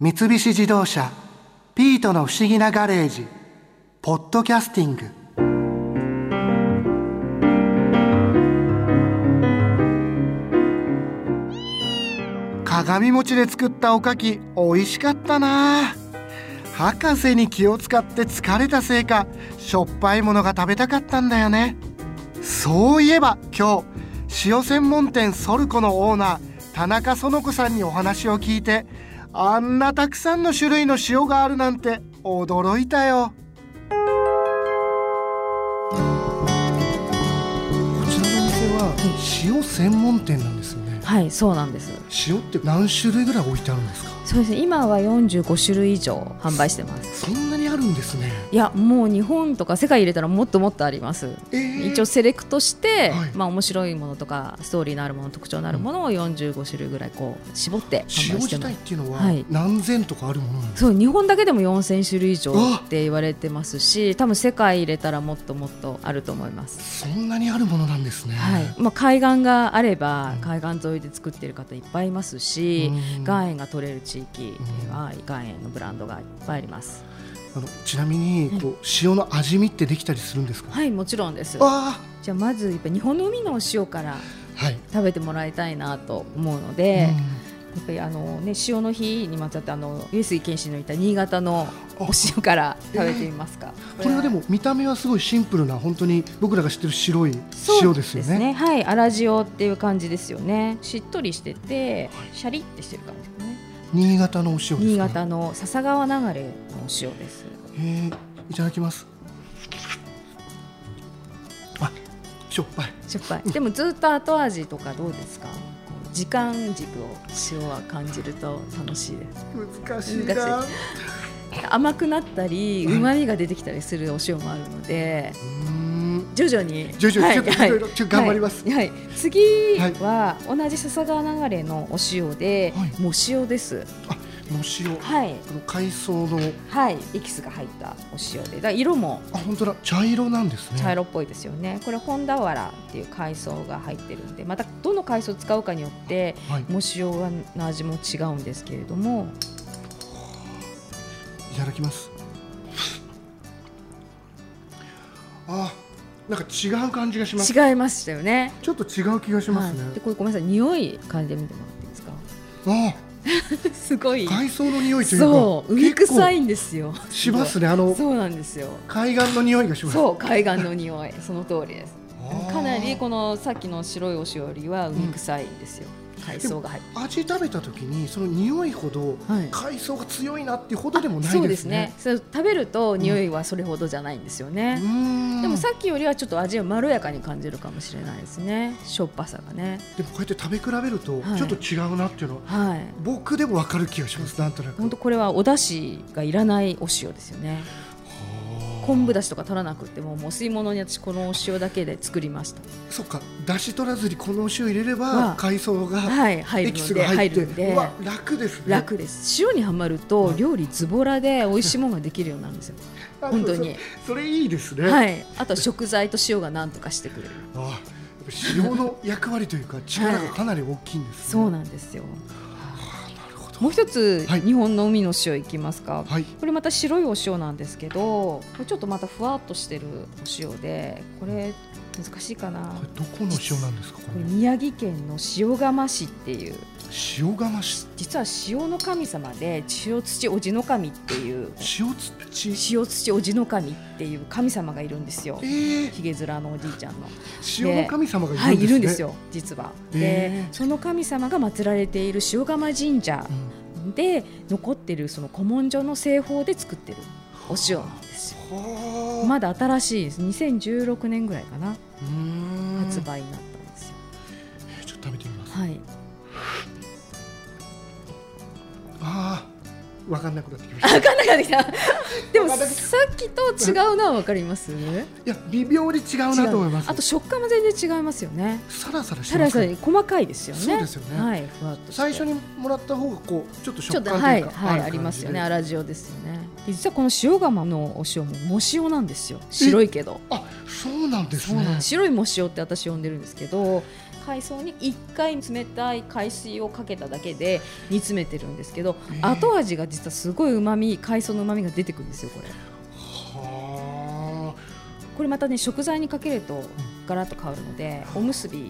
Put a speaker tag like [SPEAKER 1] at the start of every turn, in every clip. [SPEAKER 1] 三菱自動車「ピートの不思議なガレージ」「ポッドキャスティング」鏡餅で作ったおかき美味しかったな博士に気を使って疲れたせいかしょっぱいものが食べたかったんだよねそういえば今日塩専門店ソルコのオーナー田中園子さんにお話を聞いてあんなたくさんの種類の塩があるなんて驚いたよこちらのお店は塩専門店なんですよね
[SPEAKER 2] はいそうなんです
[SPEAKER 1] 塩って何種類ぐらい置いてあるんですか
[SPEAKER 2] そうですね今は45種類以上販売してます
[SPEAKER 1] そんなにあるんですね
[SPEAKER 2] いやもう日本とか世界入れたらもっともっとあります
[SPEAKER 1] えー
[SPEAKER 2] 一応セレクトして、
[SPEAKER 1] はい
[SPEAKER 2] まあ面白いものとかストーリーのあるもの特徴のあるものを45種類ぐらいこう絞って販
[SPEAKER 1] 塩
[SPEAKER 2] 売し
[SPEAKER 1] 自
[SPEAKER 2] てま
[SPEAKER 1] 体っ
[SPEAKER 2] す
[SPEAKER 1] ていうのは
[SPEAKER 2] はい
[SPEAKER 1] 何千とかあるものなんですか
[SPEAKER 2] そう日本だけでも4000種類以上
[SPEAKER 1] うわ
[SPEAKER 2] って言われてますし多分世界入れたらもっともっとあると思います、
[SPEAKER 1] そんなにあるものなんですね
[SPEAKER 2] はいまあ、海岸があれば海岸沿いで作ってる方いっぱいいますし、
[SPEAKER 1] うん
[SPEAKER 2] 岩塩が取れる地域には岩塩のブランドがいっぱいあります、
[SPEAKER 1] あのちなみにこう塩の味見ってできたりするんですか
[SPEAKER 2] はいもちろんです
[SPEAKER 1] あ
[SPEAKER 2] じゃあまずやっぱ日本の海のお塩から
[SPEAKER 1] ーはい
[SPEAKER 2] 食べてもらいたいなと思うので、
[SPEAKER 1] うん
[SPEAKER 2] やっぱりあのね塩の日にまたあの上杉謙信のいた新潟のお塩から食べてみますか、
[SPEAKER 1] これはでも見た目はすごいシンプルな本当に僕らが知ってる白い
[SPEAKER 2] そう
[SPEAKER 1] 塩ですよね
[SPEAKER 2] はい、粗塩っていう感じですよね。しっとりしてて、シャリってしてる感じですね。
[SPEAKER 1] 新潟のお塩ですね
[SPEAKER 2] 新潟の笹川流れのお塩です。
[SPEAKER 1] えーいただきますあしょっぱい
[SPEAKER 2] しょっぱい。でもずっと後味とかどうですか。こう時間軸を塩は感じると楽しいです。
[SPEAKER 1] 難しいな
[SPEAKER 2] 難し甘くなったり、
[SPEAKER 1] うん
[SPEAKER 2] 旨味が出てきたりするお塩もあるので。
[SPEAKER 1] うーん
[SPEAKER 2] 徐々に
[SPEAKER 1] 徐々にちょっと
[SPEAKER 2] はい
[SPEAKER 1] いろいろちょっと頑張ります
[SPEAKER 2] はいはい次は同じ笹川流れのお塩で、
[SPEAKER 1] はい
[SPEAKER 2] 藻塩です
[SPEAKER 1] あの塩こ
[SPEAKER 2] はい
[SPEAKER 1] の海藻の
[SPEAKER 2] はい、エキスが入ったお塩で、だから色も
[SPEAKER 1] あ本当だ茶色なんですね
[SPEAKER 2] 茶色っぽいですよね。これ本田原っていう海藻が入ってるんで、またどの海藻を使うかによって、
[SPEAKER 1] はい
[SPEAKER 2] も塩の味も違うんですけれども、
[SPEAKER 1] いただきますあなんか違う感じがします
[SPEAKER 2] 違いましたよね。
[SPEAKER 1] ちょっと違う気がしますね、
[SPEAKER 2] はい、でこれごめんなさい、匂い嗅いでみてもらっていいです か。
[SPEAKER 1] あ
[SPEAKER 2] すごい。
[SPEAKER 1] 海藻の匂いというか
[SPEAKER 2] そう、海
[SPEAKER 1] 結構
[SPEAKER 2] 臭いんですよ。
[SPEAKER 1] しますねあの
[SPEAKER 2] そうなんですよ。
[SPEAKER 1] 海岸の匂いがします
[SPEAKER 2] そう、海岸の匂い、その通りです。
[SPEAKER 1] あー
[SPEAKER 2] かなりこのさっきの白いお塩よりは海臭いんですよ。海藻が入って。
[SPEAKER 1] 味食べた時にその匂いほど
[SPEAKER 2] はい
[SPEAKER 1] 海藻が強いなっていうほどでもな
[SPEAKER 2] そ
[SPEAKER 1] いうで
[SPEAKER 2] ですす
[SPEAKER 1] ね
[SPEAKER 2] ね。そう食べると匂いはそれほどじゃないんですよね、
[SPEAKER 1] ね
[SPEAKER 2] でもさっきよりはちょっと味はまろやかに感じるかもしれないですねしょっぱさがね
[SPEAKER 1] でもこうやって食べ比べると
[SPEAKER 2] はい
[SPEAKER 1] ちょっと違うなっていうのは、
[SPEAKER 2] はい
[SPEAKER 1] 僕でもわかる気がしますなんとなく
[SPEAKER 2] 本当これはお出汁がいらないお塩ですよね昆布だしとか取らなくてももう吸い物に私このお塩だけで作りました
[SPEAKER 1] そっかだし取らずにこのお塩入れれば
[SPEAKER 2] は
[SPEAKER 1] 海藻が
[SPEAKER 2] はい入
[SPEAKER 1] エ
[SPEAKER 2] る
[SPEAKER 1] キ
[SPEAKER 2] の
[SPEAKER 1] ス
[SPEAKER 2] で
[SPEAKER 1] が入
[SPEAKER 2] 入
[SPEAKER 1] っ
[SPEAKER 2] る
[SPEAKER 1] て
[SPEAKER 2] ので
[SPEAKER 1] うわ楽ですね
[SPEAKER 2] 楽です塩にはまると料理ズボラで美味しいものができるようになるんですよ、
[SPEAKER 1] あ
[SPEAKER 2] 本当に
[SPEAKER 1] そそれいいですね、
[SPEAKER 2] はい、あとは食材と塩が何とかしてくれる
[SPEAKER 1] あやっぱ塩の役割というか力がかなり大きいんです、ね
[SPEAKER 2] そうなんですよ
[SPEAKER 1] なるほど
[SPEAKER 2] もう一つ、
[SPEAKER 1] はい
[SPEAKER 2] 日本の海の塩いきますか、
[SPEAKER 1] はい
[SPEAKER 2] これまた白いお塩なんですけどこれちょっとまたふわっとしてるお塩でこれ難しいかな
[SPEAKER 1] これどこの塩なんですかこ
[SPEAKER 2] こ
[SPEAKER 1] れ
[SPEAKER 2] れ宮城県の塩釜市っていう
[SPEAKER 1] 塩釜し
[SPEAKER 2] 実は塩の神様で塩土おじの神っていう
[SPEAKER 1] 塩土
[SPEAKER 2] 塩土おじの神っていう神様がいるんですよ
[SPEAKER 1] えー、
[SPEAKER 2] ひげ面のおじいちゃんの
[SPEAKER 1] 塩の神様が
[SPEAKER 2] はいいいる
[SPEAKER 1] るん
[SPEAKER 2] ん
[SPEAKER 1] で
[SPEAKER 2] ですす
[SPEAKER 1] ね、
[SPEAKER 2] よ実は
[SPEAKER 1] へ
[SPEAKER 2] で
[SPEAKER 1] ー
[SPEAKER 2] その神様が祀られている塩釜神社
[SPEAKER 1] うん
[SPEAKER 2] で残ってるその古文書の製法で作ってるお塩なんですよ
[SPEAKER 1] はあ
[SPEAKER 2] まだ新しいです2016年ぐらいかな
[SPEAKER 1] うーん
[SPEAKER 2] 発売になったんですよ、
[SPEAKER 1] えーちょっと食べてみます
[SPEAKER 2] はい
[SPEAKER 1] ああわかんなくなってきま したい
[SPEAKER 2] かなかできたでも
[SPEAKER 1] わかんなくなった
[SPEAKER 2] さっきと違うのは分か ります違う
[SPEAKER 1] や微妙に違うなと思います
[SPEAKER 2] あと食感も全然違いますよね
[SPEAKER 1] サラサラして
[SPEAKER 2] さ
[SPEAKER 1] ま
[SPEAKER 2] ら
[SPEAKER 1] す
[SPEAKER 2] さら
[SPEAKER 1] ね
[SPEAKER 2] に細かいですよね
[SPEAKER 1] そうですよね
[SPEAKER 2] はいふわっとして
[SPEAKER 1] 最初にもらった方がこうちょっと
[SPEAKER 2] ちょ
[SPEAKER 1] 食
[SPEAKER 2] っと
[SPEAKER 1] 感
[SPEAKER 2] は
[SPEAKER 1] とい
[SPEAKER 2] いう
[SPEAKER 1] か
[SPEAKER 2] は
[SPEAKER 1] る感
[SPEAKER 2] い
[SPEAKER 1] じで
[SPEAKER 2] ありますよね粗塩ですよねで実はこの塩釜のお塩も藻塩なんですよ白いけど
[SPEAKER 1] あそうなんです
[SPEAKER 2] そうなん
[SPEAKER 1] ね
[SPEAKER 2] 白い藻塩って私呼んでるんですけど海藻に1回冷たい海水をかけただけで煮詰めてるんですけど後味が実はすごいうまみ海藻のうまみが出てくるんですよこれ
[SPEAKER 1] は
[SPEAKER 2] これまたね食材にかけるとガラッと変わるのでおむすびも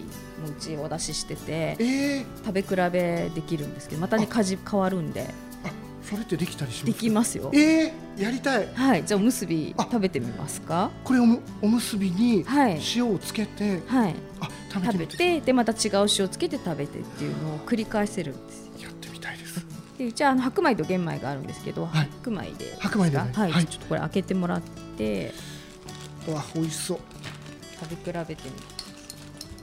[SPEAKER 2] うちお出ししてて
[SPEAKER 1] あ。えー、
[SPEAKER 2] 食べ比べできるんですけどまたね味変わるんで
[SPEAKER 1] あ、それってできたりします。
[SPEAKER 2] できますよ
[SPEAKER 1] えー、やりたい。
[SPEAKER 2] はいじゃあおむすび
[SPEAKER 1] あ
[SPEAKER 2] 食べてみますか
[SPEAKER 1] これをむおむすびに
[SPEAKER 2] はい
[SPEAKER 1] 塩をつけて、
[SPEAKER 2] はい
[SPEAKER 1] あ、食べて
[SPEAKER 2] 食
[SPEAKER 1] み
[SPEAKER 2] べ
[SPEAKER 1] て
[SPEAKER 2] てでまた違う塩つけて食べてっていうのを繰り返せるんです
[SPEAKER 1] や
[SPEAKER 2] よ
[SPEAKER 1] ってみたいです。
[SPEAKER 2] でうちはあの白米と玄米があるんですけど、
[SPEAKER 1] はい
[SPEAKER 2] 白米で
[SPEAKER 1] 白米でね
[SPEAKER 2] はい、
[SPEAKER 1] はい
[SPEAKER 2] ちょっとこれ開けてもらって
[SPEAKER 1] わ、美味しそう。
[SPEAKER 2] 食べ比べてみて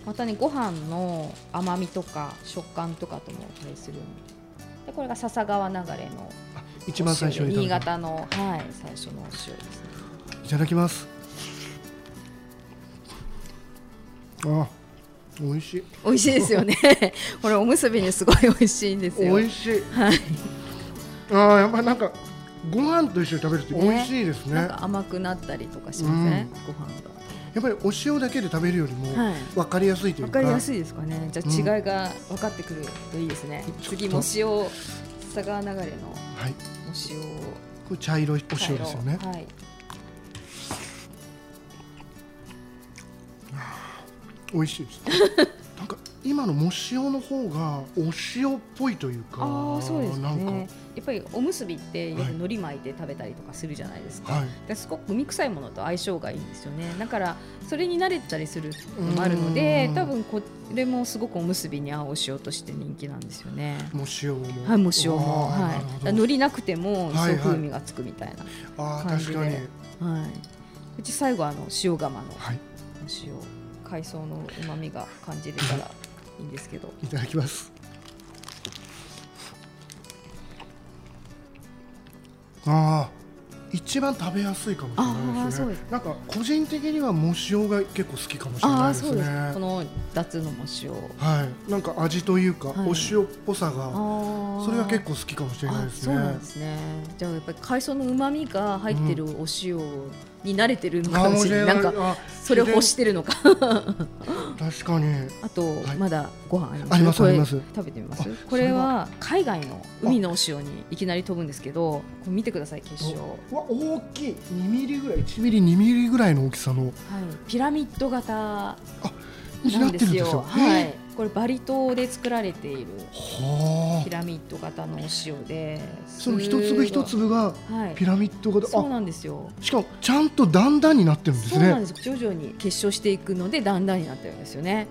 [SPEAKER 2] またねご飯の甘みとか食感とかとも対するんででこれが笹川流れの
[SPEAKER 1] あ、一番最初
[SPEAKER 2] お塩
[SPEAKER 1] に
[SPEAKER 2] で新
[SPEAKER 1] いただく
[SPEAKER 2] 潟の、はい、最初のお塩ですね
[SPEAKER 1] いただきます。あ、美味しい。
[SPEAKER 2] 美味しいですよね これおむすびにすごい美味しいんですよ
[SPEAKER 1] 美味しい。はい。ああ、やっぱりなんかご飯と一緒に食べるって美味しいですね。
[SPEAKER 2] なんか甘くなったりとかしません、
[SPEAKER 1] うん
[SPEAKER 2] ご飯が
[SPEAKER 1] やっぱりお塩だけで食べるよりも
[SPEAKER 2] はい
[SPEAKER 1] 分かりやすいとい
[SPEAKER 2] わ
[SPEAKER 1] うか。
[SPEAKER 2] かりやすいですかね。じ
[SPEAKER 1] うん
[SPEAKER 2] ゃあ違いが分かってくるといいですね。
[SPEAKER 1] ちょっと
[SPEAKER 2] 次も塩を佐川流れのお
[SPEAKER 1] はい。
[SPEAKER 2] 塩を
[SPEAKER 1] これ茶色いお塩ですよね。
[SPEAKER 2] はい。
[SPEAKER 1] 美味しいです。 なんか今の藻塩の方がお塩っぽいというか。
[SPEAKER 2] ああそうです
[SPEAKER 1] なんか
[SPEAKER 2] ね。やっぱりおむすびってよく
[SPEAKER 1] はい
[SPEAKER 2] 海苔巻いて食べたりとかするじゃないですか。
[SPEAKER 1] はい。
[SPEAKER 2] ですごく海臭いものと相性がいいんですよねだからそれに慣れたりするのもあるので
[SPEAKER 1] うん
[SPEAKER 2] 多分これもすごくおむすびに合うお塩として人気なんですよね
[SPEAKER 1] 藻塩も。
[SPEAKER 2] はいもう塩も
[SPEAKER 1] あー
[SPEAKER 2] はい
[SPEAKER 1] なるほど
[SPEAKER 2] だから海苔なくても
[SPEAKER 1] はいはい
[SPEAKER 2] そう風味がつくみたいな
[SPEAKER 1] ああ
[SPEAKER 2] 感じ
[SPEAKER 1] 確
[SPEAKER 2] で
[SPEAKER 1] かに。
[SPEAKER 2] はい、うち最後あの塩釜の
[SPEAKER 1] はい。
[SPEAKER 2] 塩海藻のうまみが感じれたらいいんですけど
[SPEAKER 1] いただきます。ああ、一番食べやすいかもしれないです
[SPEAKER 2] あーそう
[SPEAKER 1] ね
[SPEAKER 2] です。
[SPEAKER 1] なんか個人的には藻塩が結構好きかもしれ
[SPEAKER 2] あ
[SPEAKER 1] な
[SPEAKER 2] あ
[SPEAKER 1] いです
[SPEAKER 2] そう
[SPEAKER 1] ね
[SPEAKER 2] です。この脱のも塩
[SPEAKER 1] はい、なんか味というか、
[SPEAKER 2] はい
[SPEAKER 1] お塩っぽさが、
[SPEAKER 2] あ
[SPEAKER 1] それが結
[SPEAKER 2] 構
[SPEAKER 1] 構好きかもしれないです
[SPEAKER 2] そう
[SPEAKER 1] ね。
[SPEAKER 2] なんですねじゃあやっぱり海藻のうまみが入ってるお塩に慣れてるの
[SPEAKER 1] あ
[SPEAKER 2] か
[SPEAKER 1] ー
[SPEAKER 2] も
[SPEAKER 1] も
[SPEAKER 2] し
[SPEAKER 1] し
[SPEAKER 2] れ
[SPEAKER 1] れ
[SPEAKER 2] な
[SPEAKER 1] ないい
[SPEAKER 2] なんか
[SPEAKER 1] あ
[SPEAKER 2] それを欲してるのか
[SPEAKER 1] 確かに。
[SPEAKER 2] あと、
[SPEAKER 1] はい
[SPEAKER 2] まだご飯あります
[SPEAKER 1] あります
[SPEAKER 2] こ
[SPEAKER 1] あり
[SPEAKER 2] れ
[SPEAKER 1] ます
[SPEAKER 2] 食べてみます
[SPEAKER 1] あ
[SPEAKER 2] これは海外の海のお塩にいきなり飛ぶんですけどこれ見てください結晶は
[SPEAKER 1] うわ、大きい、2ミリぐらい、1ミリ、2ミリぐらいの大きさの、
[SPEAKER 2] いピラミッド型
[SPEAKER 1] に
[SPEAKER 2] な
[SPEAKER 1] なっ
[SPEAKER 2] ん
[SPEAKER 1] て
[SPEAKER 2] で
[SPEAKER 1] るん
[SPEAKER 2] す
[SPEAKER 1] です
[SPEAKER 2] よ。
[SPEAKER 1] よ。
[SPEAKER 2] は
[SPEAKER 1] え
[SPEAKER 2] い、これバリ島で作られている
[SPEAKER 1] ーは
[SPEAKER 2] ピ
[SPEAKER 1] あ。
[SPEAKER 2] ラミッド型のお塩で、
[SPEAKER 1] その一粒一粒が
[SPEAKER 2] すごい、はい、
[SPEAKER 1] ピラミッド型。あ
[SPEAKER 2] そう、なんですよ。
[SPEAKER 1] しかもちゃんと段々になってるんです
[SPEAKER 2] そうな
[SPEAKER 1] ね。
[SPEAKER 2] んです。徐々に結晶していくのでだんだんになってるんですよね。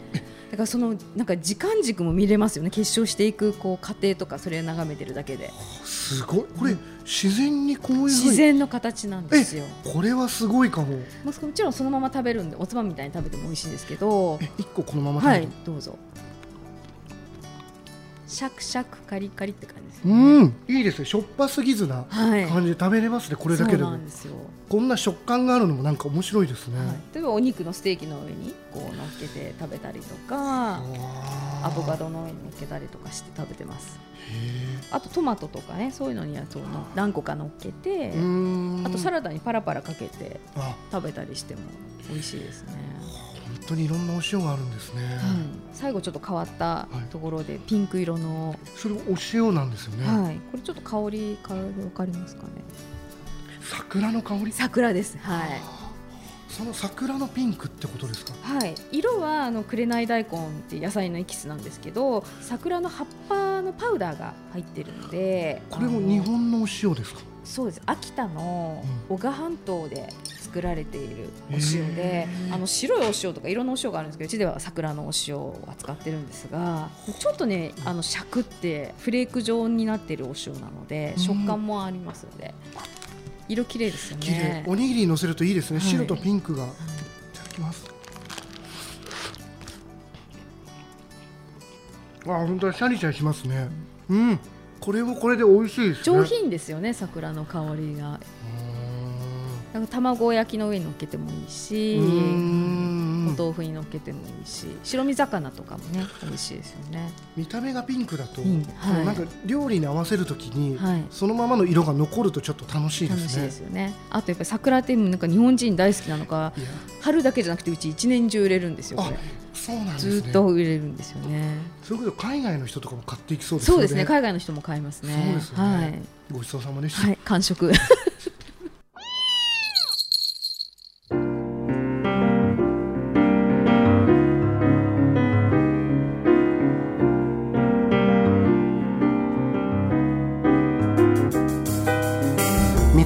[SPEAKER 2] だからそのなんか時間軸も見れますよね。結晶していくこう過程とかそれを眺めてるだけで、
[SPEAKER 1] すごい。これ自然にこういう風に
[SPEAKER 2] 自然の形なんですよ。
[SPEAKER 1] これはすごいかも。
[SPEAKER 2] もうもちろんそのまま食べるんでおつまみみたいに食べても美味しいんですけど、
[SPEAKER 1] え、一個このまま食
[SPEAKER 2] は
[SPEAKER 1] べて
[SPEAKER 2] い
[SPEAKER 1] も。
[SPEAKER 2] どうぞ。シャクシャクカリカリって感じですよね、
[SPEAKER 1] うん、いいですね。しょっぱすぎずな
[SPEAKER 2] はい。
[SPEAKER 1] 感じで食べれますね。これだけで
[SPEAKER 2] そう
[SPEAKER 1] も
[SPEAKER 2] なん。ですよ、
[SPEAKER 1] こんな食感があるのもなんか面白いですね。
[SPEAKER 2] はい、例えばお肉のステーキの上にこう乗っけて食べたりとかアボカ
[SPEAKER 1] ド。
[SPEAKER 2] ドの上に乗っけたりとかして食べてます
[SPEAKER 1] へ
[SPEAKER 2] あとトマトとかねそういうのにやつをの何個か乗っけて
[SPEAKER 1] え。うーん。
[SPEAKER 2] あとサ
[SPEAKER 1] ラ。
[SPEAKER 2] ラダにパラパラかけて
[SPEAKER 1] あ、
[SPEAKER 2] 食べたりしても美味しいですね、
[SPEAKER 1] 本当にいろんなお塩があるんですね。
[SPEAKER 2] うん、最後ちょっと変わった
[SPEAKER 1] はい
[SPEAKER 2] ところでピンク色の、
[SPEAKER 1] それお塩なんですよね。
[SPEAKER 2] はい、これちょっと香りから分かりますかね
[SPEAKER 1] 桜の香り。
[SPEAKER 2] 桜ですはい
[SPEAKER 1] その桜のピンクってことですか。
[SPEAKER 2] はい、色はあの紅大根っていう野菜のエキスなんですけど桜の葉っぱのパウダーが入ってるので
[SPEAKER 1] これも
[SPEAKER 2] あの
[SPEAKER 1] 日本のお塩ですか。
[SPEAKER 2] そうです秋田の男鹿半島で作られているお塩で
[SPEAKER 1] へー
[SPEAKER 2] あの白いお塩とかいろんなお塩があるんですけどうちでは桜のお塩を扱ってるんですがちょっとねあのシャクってフレーク状になってるお塩なので
[SPEAKER 1] うん
[SPEAKER 2] 食感もありますので色綺麗ですよ
[SPEAKER 1] 綺麗
[SPEAKER 2] ね。。
[SPEAKER 1] おにぎりに乗せるといいですね。
[SPEAKER 2] はい
[SPEAKER 1] 白とピンクが。いただきます。あ、本当にシャリシャリしますね。うん。これもこれで美味しいですね。
[SPEAKER 2] 上。品ですよね桜の香りがなんか卵焼きの上に乗っけてもいいし
[SPEAKER 1] うーん
[SPEAKER 2] お豆腐に乗っけてもいいし白身魚とかもね美味しいですよね
[SPEAKER 1] 見た目がピンクだと、
[SPEAKER 2] ピンクはい
[SPEAKER 1] なんか料理に合わせるときに、
[SPEAKER 2] はい
[SPEAKER 1] そのままの色が残るとちょっと楽しいで
[SPEAKER 2] 楽し
[SPEAKER 1] す
[SPEAKER 2] い
[SPEAKER 1] ね
[SPEAKER 2] ですよねあとやっぱり桜ってなんか日本人大好きなのか
[SPEAKER 1] いや
[SPEAKER 2] 春だけじゃなくてうち一年中売れるんですよこ
[SPEAKER 1] あ
[SPEAKER 2] れ
[SPEAKER 1] そうなんですね
[SPEAKER 2] ずっと売れるんですよね。
[SPEAKER 1] そういうこと海外の人とかも買っていきそうですよ
[SPEAKER 2] そ
[SPEAKER 1] ね
[SPEAKER 2] うですね。海外の人も買いますね。
[SPEAKER 1] そうですよねごちそうさまでした、
[SPEAKER 2] はい、はい、完食。
[SPEAKER 1] 三